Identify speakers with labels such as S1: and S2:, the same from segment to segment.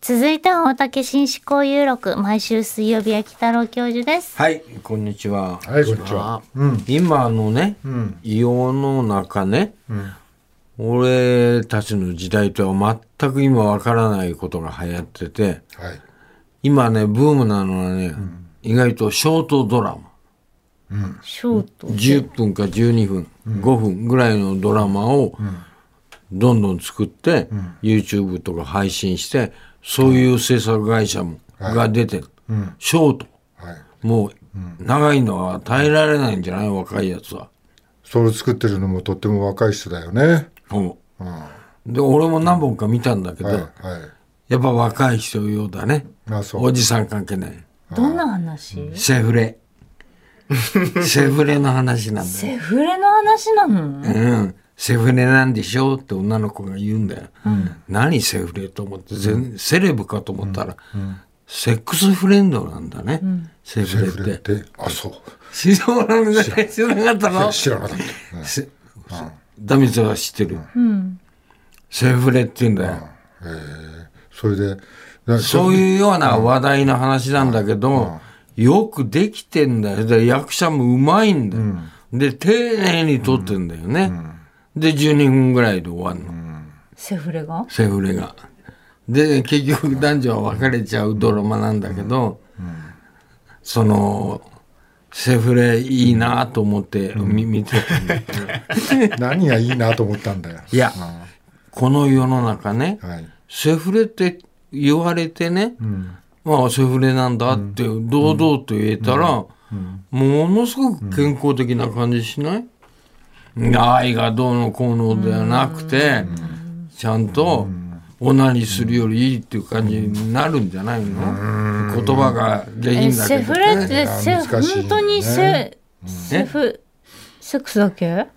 S1: 続いては大竹新思考有録毎週水曜日は北郎教授です
S2: はい、こんにちは。
S3: はい、こんにちは。うん。
S2: 今のね、
S3: うん。
S2: 世の中ね、
S3: うん。
S2: 俺たちの時代とは全く今わからないことが流行ってて、
S3: はい。
S2: 今ね、ブームなのはね、意外とショートドラマ。
S1: ショート
S2: 10分か12分、5分ぐらいのドラマをどんどん作って、YouTube とか配信して、そういう制作会社も、が出てる。ショート。
S3: はい。
S2: もう、長いのは耐えられないんじゃない若いやつは。
S3: それ作ってるのもとっても若い人だよね。
S2: うん
S3: うん。は
S2: で、俺も何本か見たんだけ
S3: い。
S2: ど、
S3: は
S2: やっぱ若い人用だね。
S3: い。あ、そ
S2: お
S3: う。
S2: じさん関係ない。
S1: どんな話、
S2: セフ レ。セフレの話なんだよ。
S1: セフレの話なの
S2: うん。セフレなんでしょって女の子が言うんだよ。何セフレと思って、全セレブかと思ったら、セックスフレンドなんだね。セ
S3: セ
S2: フ
S3: フ
S2: レ
S3: レ
S2: っ。
S3: ってて。あ、そう。
S2: 知らなかった知らなかったの
S3: 知らなかった。うん
S2: せダミツは知ってる。セフレって言うんだよ。
S3: えーそれで、な
S2: そういうような話題の話なんだけど、よくできてんだよ。で、役者もうまいんだよ。で、丁寧に撮ってんだよね。で、12分ぐらいで終わるの、
S1: セフレが
S2: セフレが。で、結局男女は別れちゃうドラマなんだけど、その、セフレいいなと思ってみ見てたんだけど、
S3: 何がいいなと思ったん だよ。
S2: いや、この世の中ね、
S3: はい。
S2: セフレって言われてね、まあセフレなんだって堂々と言えたら、ものすごく健康的な感じしない、愛がどうのこうのではなくて、ちゃんとオナニーするよりいいっていう感じになるんじゃないの、言葉が
S1: え
S2: 原因だけど、
S1: セ
S2: ね、
S1: フレってセ
S3: 難しいね
S1: 本当にセ,、セフセックスだけ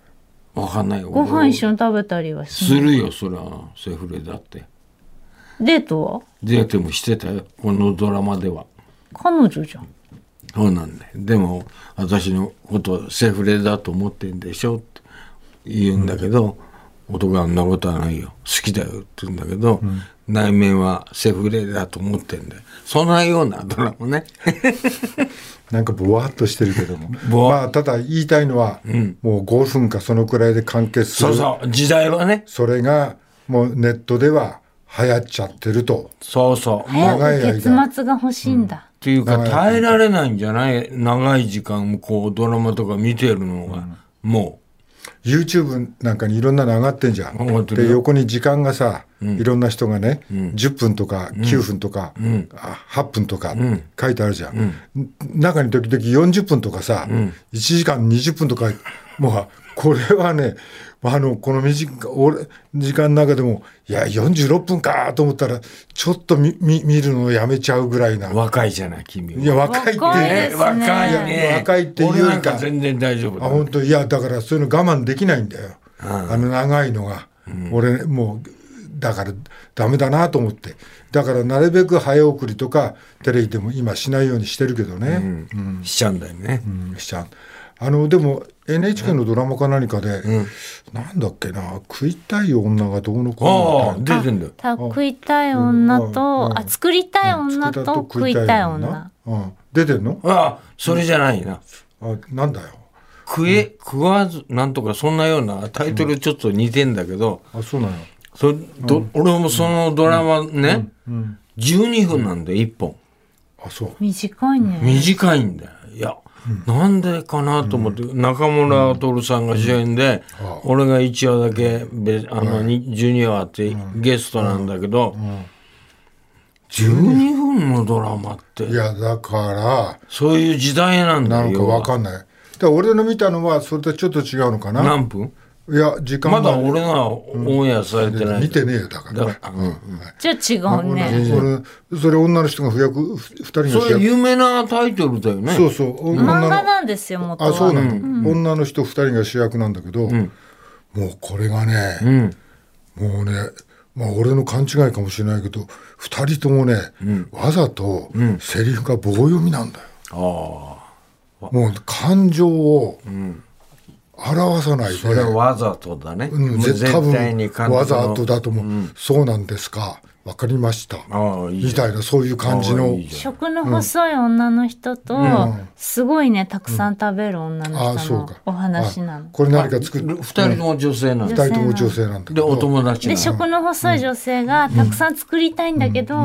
S2: わかんない
S1: ご飯一
S2: 緒
S1: 緒に食べたりはし
S2: するよそれはセフレだって
S1: デートは
S2: デートもしてたよこのドラマでは。
S1: 彼女じゃん
S2: そうなんだよ。でも、私のことセフレだと思ってんでしょって言うんだけど、男はあんなことはないよ。好きだよって言うんだけど、内面はセフレだと思ってんだよ。そんなようなドラマね。
S3: なんかぼわっとしてるけども。
S2: ぼわ
S3: まあ、ただ言いたいのは、もう5分かそのくらいで完結す
S2: そ
S3: る。
S2: うそう、 時代はね。
S3: それが、もうネットでは流行っちゃってると。
S2: そうそう。もう、っ
S3: 長い
S1: 早く
S3: 間
S1: 月末が欲しいんだ、
S2: ていうか耐えられないんじゃない長い時間、こう、ドラマとか見てるのが、も
S3: YouTube なんかにいろんなの上がってんじゃ
S2: 上がっ
S3: ん。
S2: てるよ
S3: で、横に時間がさ、いろんな人がね、10分とか9分とか、あ8分とか書いてあるじゃん。ん中に時々40分とかさ、1時間20分とか、もう、これはね、あの、この短い俺時間の中でも、いや、46分かと思ったら、ちょっと見見見るのをやめちゃうぐらいな
S2: う、。若いじゃない、君
S3: い
S2: は。
S3: や、若いって
S1: 若い
S3: ね
S1: で。すね
S2: 若い
S3: い
S2: ね。
S3: や若いっていうよりか
S2: 俺なん全然大丈夫だ
S3: あ本当いやだからそういうの我慢できないんだよ、あの長いのが、俺もうだからダメだなと思ってだからなるべく早送りとかテレビでも今しないようにしてるけどね、
S2: しちゃうんだよね。
S3: うんしちゃうあのでも NHK のドラマか何かで、なんだっけな食いたい女がどうの
S2: あ
S3: こ
S2: あ、
S3: うのみ
S2: 出てんだよ。
S1: た食いたい女と、あ作りたい
S3: たいな
S1: 女と
S3: 作
S1: 食いたい女、
S3: うん、出てんの
S2: ああ、それじゃないな。
S3: あなんだよ
S2: 食え、食わず、なんとか、そんなようなタイトルちょっと似てんだけど、
S3: あそうなの
S2: そど俺もそのドラマね、12分なんだよ、1本。
S3: あそう
S1: 短いね
S2: 短いんだよ。いや、なんでかなと思って、中村徹さんが主演で、俺が1話だけ、べあの、に12話ってゲストなんだけど、12分のドラマって
S3: い、やだから
S2: そういう時代なんだ
S3: な
S2: よ。
S3: のかわかんない。だから俺の見たのはそれとちょっと違うのか
S2: 要は
S3: な。
S2: 何分
S3: いや時間
S2: ま
S3: が
S2: だ俺がオンエアされてない。
S3: 見てねえよだから。
S2: だから
S1: じゃあ違うね
S3: 俺それ女の人が不役ふ二人の
S2: そ
S3: 主
S2: れ
S3: 役。
S2: 有名なタイトルだよね。
S3: そうそう女
S1: 漫画
S3: の
S1: なんですよ元は
S3: あそうなの。女の人二人が主役なんだけど、もうこれがね、
S2: うん。
S3: もうね。まあ俺の勘違いかもしれないけど二人ともね、わざとセリフが棒読みなんだよ、
S2: あ
S3: もう感情を表さないで、
S2: あ。それはわざとだね。
S3: うん、
S2: もう
S3: ぜ多
S2: 絶対に
S3: 分
S2: 感動
S3: わざとだと思う、そうなんですかわかりました。
S2: ああいいじ
S3: み
S2: ゃん
S3: たいな、そういう感じ
S2: ああ
S3: の
S2: いい。じゃん
S1: 食の細い女の人と、すごいねたくさん食べる女
S3: あ
S1: の
S3: あ、
S1: 人
S3: そう
S1: の
S3: か。
S1: お話なの
S3: あ。これ何か作る。
S2: 二人とも女性なん
S3: 二
S2: で
S3: 人とも女性なんだけ
S2: で
S3: ど。
S2: お友達な
S1: で
S2: の
S1: 食の細い女性がたくさん作りたいんだけど、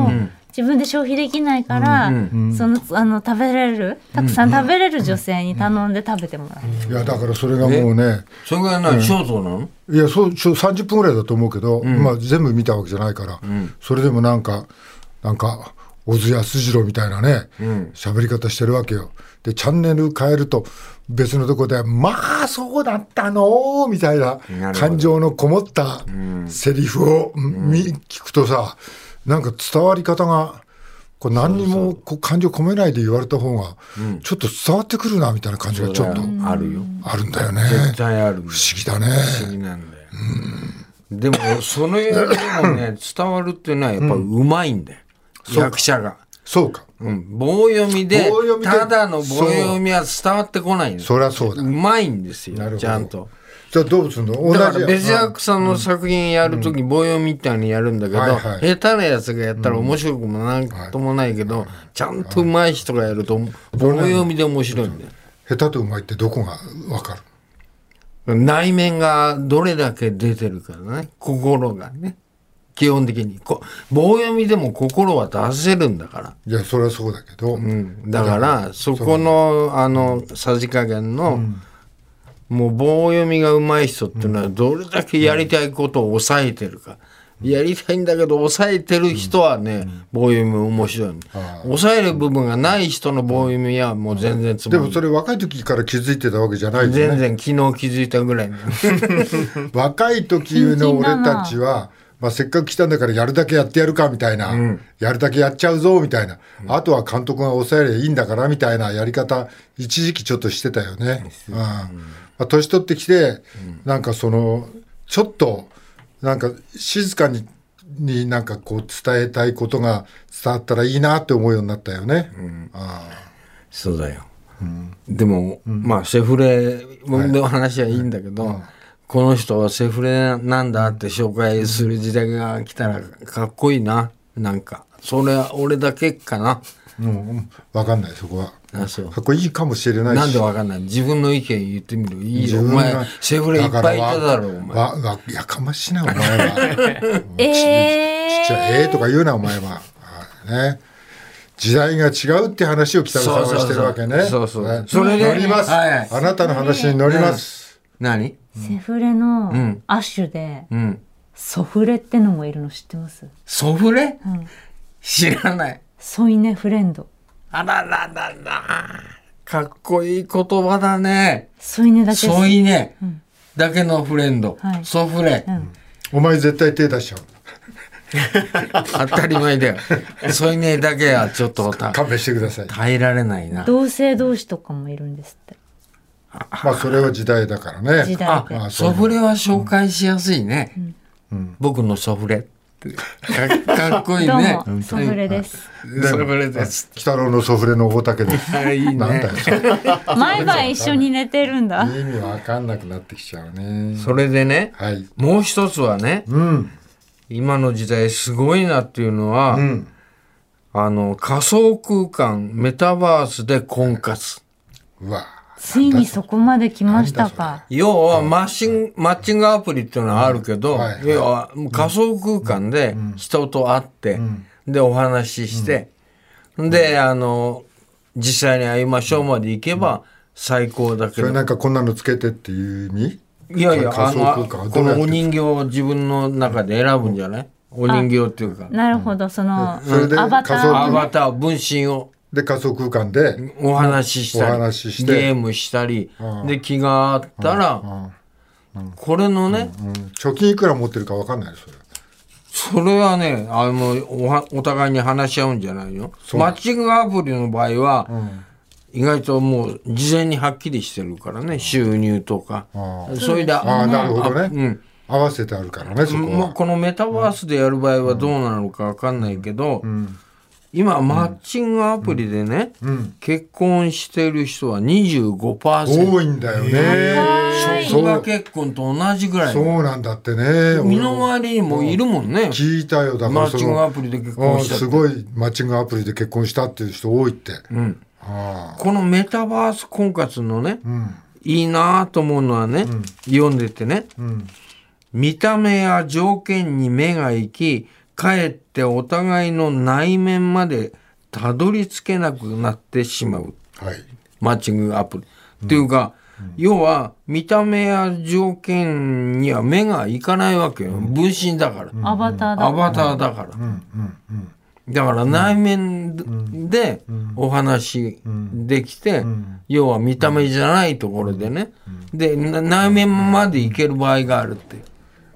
S1: 自分で消費できないから、そのあの食べれるたくさん食べれる女性に頼んで食べてもらう、
S3: いや、だからそれがもうね、
S2: それがなショートなの
S3: いや、そう、ちょ30分ぐらいだと思うけど、まあ全部見たわけじゃないから、それでもなんか、なんか、小津安二郎みたいなね、喋、り方してるわけよ。で、チャンネル変えると、別のとこで、まあ、そうだったのみたいな
S2: なるほど
S3: 感情のこもったセリフを、み聞くとさ、なんか伝わり方が、こう何にもこう感情込めないで言われた方が、ちょっと伝わってくるな、みたいな感じがちょっと
S2: あるよ
S3: あるんだよね。
S2: 絶対ある不
S3: 不思議だね。
S2: 思議なんだよでもその映画でも ね伝わるっていうのはやっぱうまいんだよ役者が
S3: そうか。
S2: うん棒読みで
S3: 棒読みで
S2: ただの棒読みは伝わってこないんです
S3: そりゃそうだ
S2: う。まいんです
S3: なるほ
S2: よ
S3: ど
S2: ちゃんと
S3: じゃあどうするの同じ
S2: だ
S3: や
S2: から別役さんの作品やるとき棒読みみたいにやるんだけど、
S3: はいはい
S2: 下手なやつがやったら面白くもなんともないけど、ちゃんと上手い人がやると棒読みで面白いんだよ。
S3: 下手とうまいってどこがわかる
S2: 内面がどれだけ出てるかね心がね基本的にこう棒読みでも心は出せるんだから。
S3: いやそれはそうだけど、
S2: うんだからそこのあのさじ加減の、もう棒読みがうまい人っていうのはどれだけやりたいことを抑えてるか、やりたいんだけど抑えてる人はね、棒読み面白いの、抑える部分がない人の棒読みはもう全然つま
S3: で
S2: んない、
S3: もそれ若い時から気づいてたわけじゃないよ
S2: 全
S3: ね
S2: 然昨日気づいたぐらいの
S3: 若い時の俺たちは、まあ、せっかく来たんだからやるだけやってやるかみたいな、やるだけやっちゃうぞみたいな、あとは監督が抑えりゃいいんだからみたいなやり方一時期ちょっとしてたよね。うんまあ、年取ってきて、なんかそのちょっとなんか静かにになんかこう伝えたいことが伝わったらいいなって思うようになったよね。あ
S2: そうだよ、でも、まあセフレの話はいいんだけど、この人はセフレなんだって紹介する時代が来たらかっこいいななんかそれは俺だけかな
S3: あうん、分かんないそこは。
S2: あそう
S3: かっこいいかもしれないし。
S2: なんでわかんない自分の意見言ってみるいい
S3: 自
S2: よお
S3: 分が
S2: 前セフレいっぱいいただろ
S3: から
S2: お前
S3: わわやかましいなお 前は
S1: え
S3: ちっちゃいええとか言うなお前ははいね時代が違うって話を北野さんはしてるわけね
S2: そうそうそう
S3: はい
S2: それで
S3: 乗ります、
S2: はいはい
S3: あなたの話に乗ります、
S2: 何
S1: セフレの亜種で、
S2: うん
S1: ソフレってのもいるの知ってます
S2: ソフレ、知らない
S1: ソイネフレンド
S2: あららららかっこいい言葉だね
S1: ソイネだけ
S2: ソイネだけのフレンド、
S1: はい
S2: ソフレ、
S3: お前絶対手出しちゃう
S2: 当たり前だ よソイネだけはちょっとた
S3: 勘弁してくだ さい
S2: 耐えられないな
S1: 同性同士とかもいるんですって
S3: まあそれは時代だからね
S1: 時代
S2: あ
S1: で
S3: あそう
S2: ソフレは紹介しやすいね、僕のソフレってかかっこいい
S1: どう
S2: ね
S1: も、ソフレです
S2: ソフレです
S3: 北郎のソフレの大竹です
S2: あいいね
S3: なんだよそれ
S1: 毎晩一緒に寝てるんだ
S3: 意味わかんなくなってきちゃうね
S2: それでね
S3: はい
S2: もう一つはね、
S3: うん
S2: 今の時代すごいなっていうのは、
S3: ん
S2: あの仮想空間メタバースで婚活、
S3: うわ
S1: ついにそこまで来ましたか
S2: 要はマッシング、マッチングアプリっていうのはあるけど、
S3: はいはい
S2: 要は仮想空間で人と会って、でお話しして、で、あの実際に会いましょうまで行けば最高だけ
S3: そ
S2: ど、
S3: れなんかこんなのつけてっていう意味
S2: いやいやあ
S3: 仮想空
S2: の
S3: 間は
S2: こ
S3: どうやって
S2: のお人形を自分の中で選ぶんじゃない、お人形っていうか
S1: なるほどその
S3: それで
S1: アバタ
S3: 仮想空
S1: ー
S2: ア
S1: を
S2: バター分身を
S3: で仮想空間で、
S2: お話ししたり
S3: お話しして
S2: ゲームしたり、で気があったら、これのね、
S3: 貯金いくら持ってるかわかんないですそれ
S2: それはね、あの、おはお互いに話し合うんじゃないよ。マッチングアプリの場合は、意外ともう事前にはっきりしてるからね、収入とか。それで、
S3: ああなるほどね、
S2: うん
S3: 合わせてあるからねそこ
S2: もう
S3: は
S2: このメタバースでやる場合はどうなのかわかんないけど、今、マッチングアプリでね、結婚してる人は25%。
S3: 多いんだよね
S1: 早い
S2: 生姜結婚と同じぐらい
S3: そうなんだってね
S2: 身の回りにもいるもんね
S3: 聞いたよだか
S2: マ
S3: ら
S2: ッ
S3: そ
S2: チングア
S3: の
S2: プリで結
S3: あ
S2: 婚
S3: あ
S2: した
S3: す
S2: って
S3: ごいマッチングアプリで結婚したっていう人多いって、
S2: うん
S3: あ
S2: このメタバース婚活のね
S3: あうん
S2: いいなぁと思うのはね読んでてね
S3: うん
S2: 見た目や条件に目が行きかえってお互いの内面までたどり着けなくなってしまう
S3: はい
S2: マッチングアプリ。っていうか、要は見た目や条件には目がいかないわけよ。分身だから。
S1: アバターだ
S2: アバターだから。
S3: うんうんうん
S2: だから内面でお話できて、要は見た目じゃないところでね。で、な内面までいける場合があるって。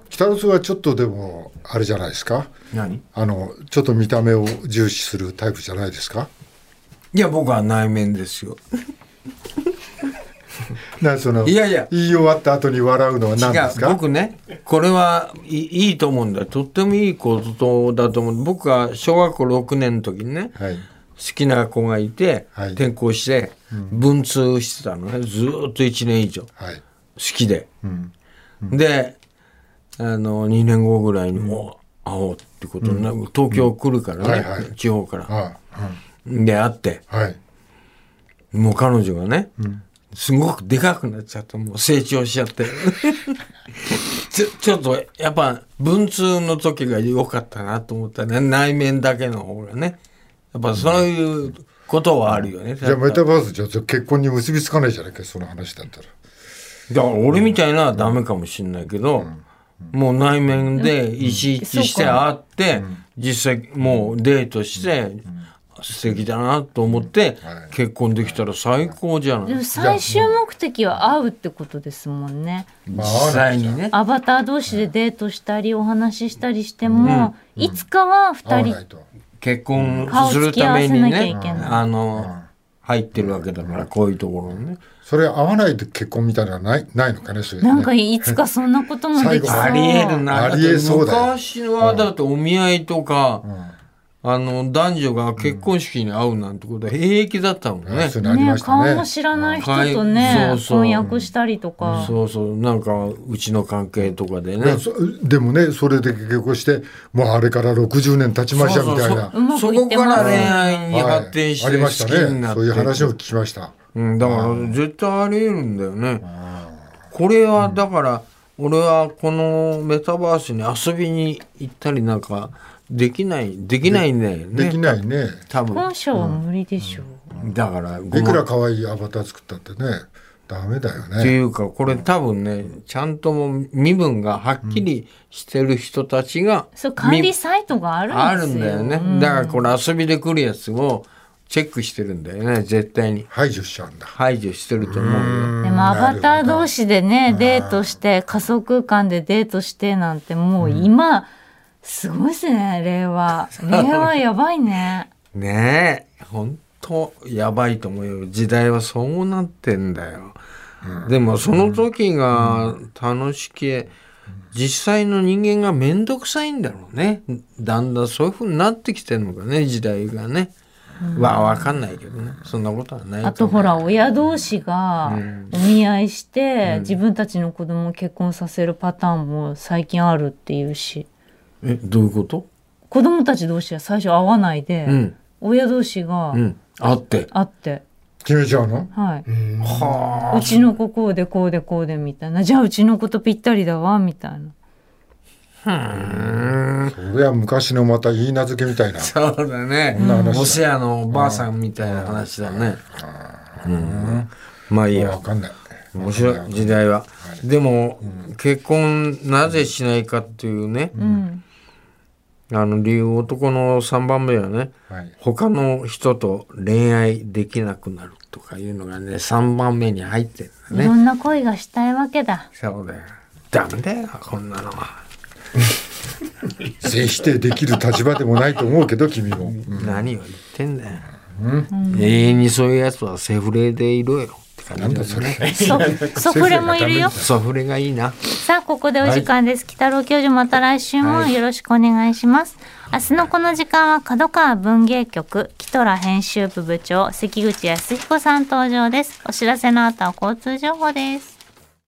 S3: 北の津はちょっとでもあれじゃないですか
S2: 何
S3: あのちょっと見た目を重視するタイプじゃないですか
S2: いや、僕は内面ですよ。
S3: なその
S2: いやいや
S3: 言い終わった後に笑うのは何
S2: 違う
S3: ですか
S2: 僕ねこれはいいいいと思うんだよとってもいいことだと思う僕は小学校6年の時にね、
S3: はい
S2: 好きな子がいて、
S3: はい
S2: 転校して文通してたのねずーっと1年以上好
S3: はい
S2: きで、であの2年後ぐらいにもう会おうってことになる、東京来るからね、
S3: はいはい
S2: 地方から
S3: あ
S2: で会って
S3: あ、うん、はい
S2: もう彼女がね、すごくでかくなっちゃった。もう成長しちゃって。 ちょちょっと、やっぱ、文通の時が良かったなと思ったね。内面だけの方がね。やっぱそういうことはあるよね。
S3: じゃあメタバースじゃ結婚に結びつかないじゃないかその話だったら
S2: だから俺みたいなのはダメかもしれないけど、もう内面で意思一致して会って、実際もうデートして、素敵だなと思って、結婚できたら最高じゃない。
S1: でも最終目的は会うってことですもんね。
S3: ま
S2: 実
S3: あ合わな
S2: 際
S3: い
S2: にね。
S1: アバター同士でデートしたりお話ししたりしても、いつかは
S3: 合
S1: 二
S3: わ
S1: 人
S3: ないと
S2: 結婚す
S1: 顔
S2: るために
S1: 付き合わせ
S2: ね
S1: なきゃいけない
S2: あの入ってるわけだからこういうところにね
S3: それ合わないで結婚みたいなのはないないのかねそれね
S1: なんかいつかそんなこともできそう。
S2: あ
S3: 最後
S2: りえるな
S3: ありえそうだよ
S2: 昔はだってお見合いとか、あの男女が結婚式に会うなんてことは平気だったもんね、
S3: ねそういうのあり
S1: ね
S3: まし
S1: 顔
S3: たね
S1: も知らない人とね、
S2: はいそうそう
S1: 婚約したりとか。
S2: そうそうなんかうちの関係とかで
S3: い
S2: ね
S3: やそでもねそれで結婚してもうあれから60年経ちましたみたいな
S2: そうそうそう
S1: うまくい
S2: そこ
S1: って
S2: か
S1: ます
S2: ら恋愛に
S3: はい
S2: 発展して
S3: ありました
S2: 好きになって
S3: ねそういう話を聞きました
S2: うん、だから絶対ありえるんだよね。これはだから、俺はこのメタバースに遊びに行ったりなんかできないできないんだよね。
S3: できないね
S2: 多分
S1: 本性は無理でしょう。
S2: だからごめん
S3: いくら可愛いアバター作ったってねダメだよ
S2: って
S3: ね
S2: いうかこれ多分ねちゃんともう身分がはっきりしてる人たちが、
S1: そう管理サイトがあ
S2: あ
S1: る
S2: る
S1: んです
S2: んだ
S1: よ。
S2: よね、だからこれ遊びで来るやつをチェックしてるんだよね絶対に
S3: 排除しちゃうんだ
S2: 排除してると思うよ。
S1: でもアバター同士でねデートして仮想空間でデートしてなんてもう今、すごいですね令 和令和やばいね
S2: ねえ本当やばいと思うよ時代はそうなってんだよ、でもその時が楽しき実際の人間が面倒くさいんだろうねだんだんそういうふうになってきてるのかね時代がね、わわかんないけどねそんなことはない
S1: あとほら親同士がお見合いして自分たちの子供を結婚させるパターンも最近あるっていうし
S2: えどういうこと
S1: 子供たち同士は最初会わないで、
S2: うん
S1: 親同士が
S2: うんあって
S1: 会って、
S3: 決めちゃうの
S1: はい、
S2: は
S1: うちの子こうでこうでこうでみたいなじゃあうちの子とぴったりだわみたいな。
S3: それは昔のまた言い名付けみたいな
S2: あそうだねお世話のおばあさんみたいな話だねうんまあいいや
S3: わかんない
S2: 面白い時代は、でも、結婚なぜしないかっていうね、
S1: うん
S2: あの理由男の3番目はね
S3: はい
S2: 他の人と恋愛できなくなるとかいうのがね3番目に入ってるん
S1: い
S2: だ
S1: ろ
S2: ね
S1: んな恋がしたいわけ だ。
S2: そうだよダメだよこんなのは、
S3: 全否定できる立場でもないと思うけど君も
S2: 何を言ってんだよ、永遠にそういうやつはセフレでいろよって感じだ、ね、
S1: ソソフレもいるよ。
S2: ソフレがいいな
S1: さあ、ここでお時間です。北郎教授、また来週もよろしくお願いします。明日のこの時間は、角川文芸局、キトラ編集部部長、関口康彦さん登場です。お知らせの後は交通情報です。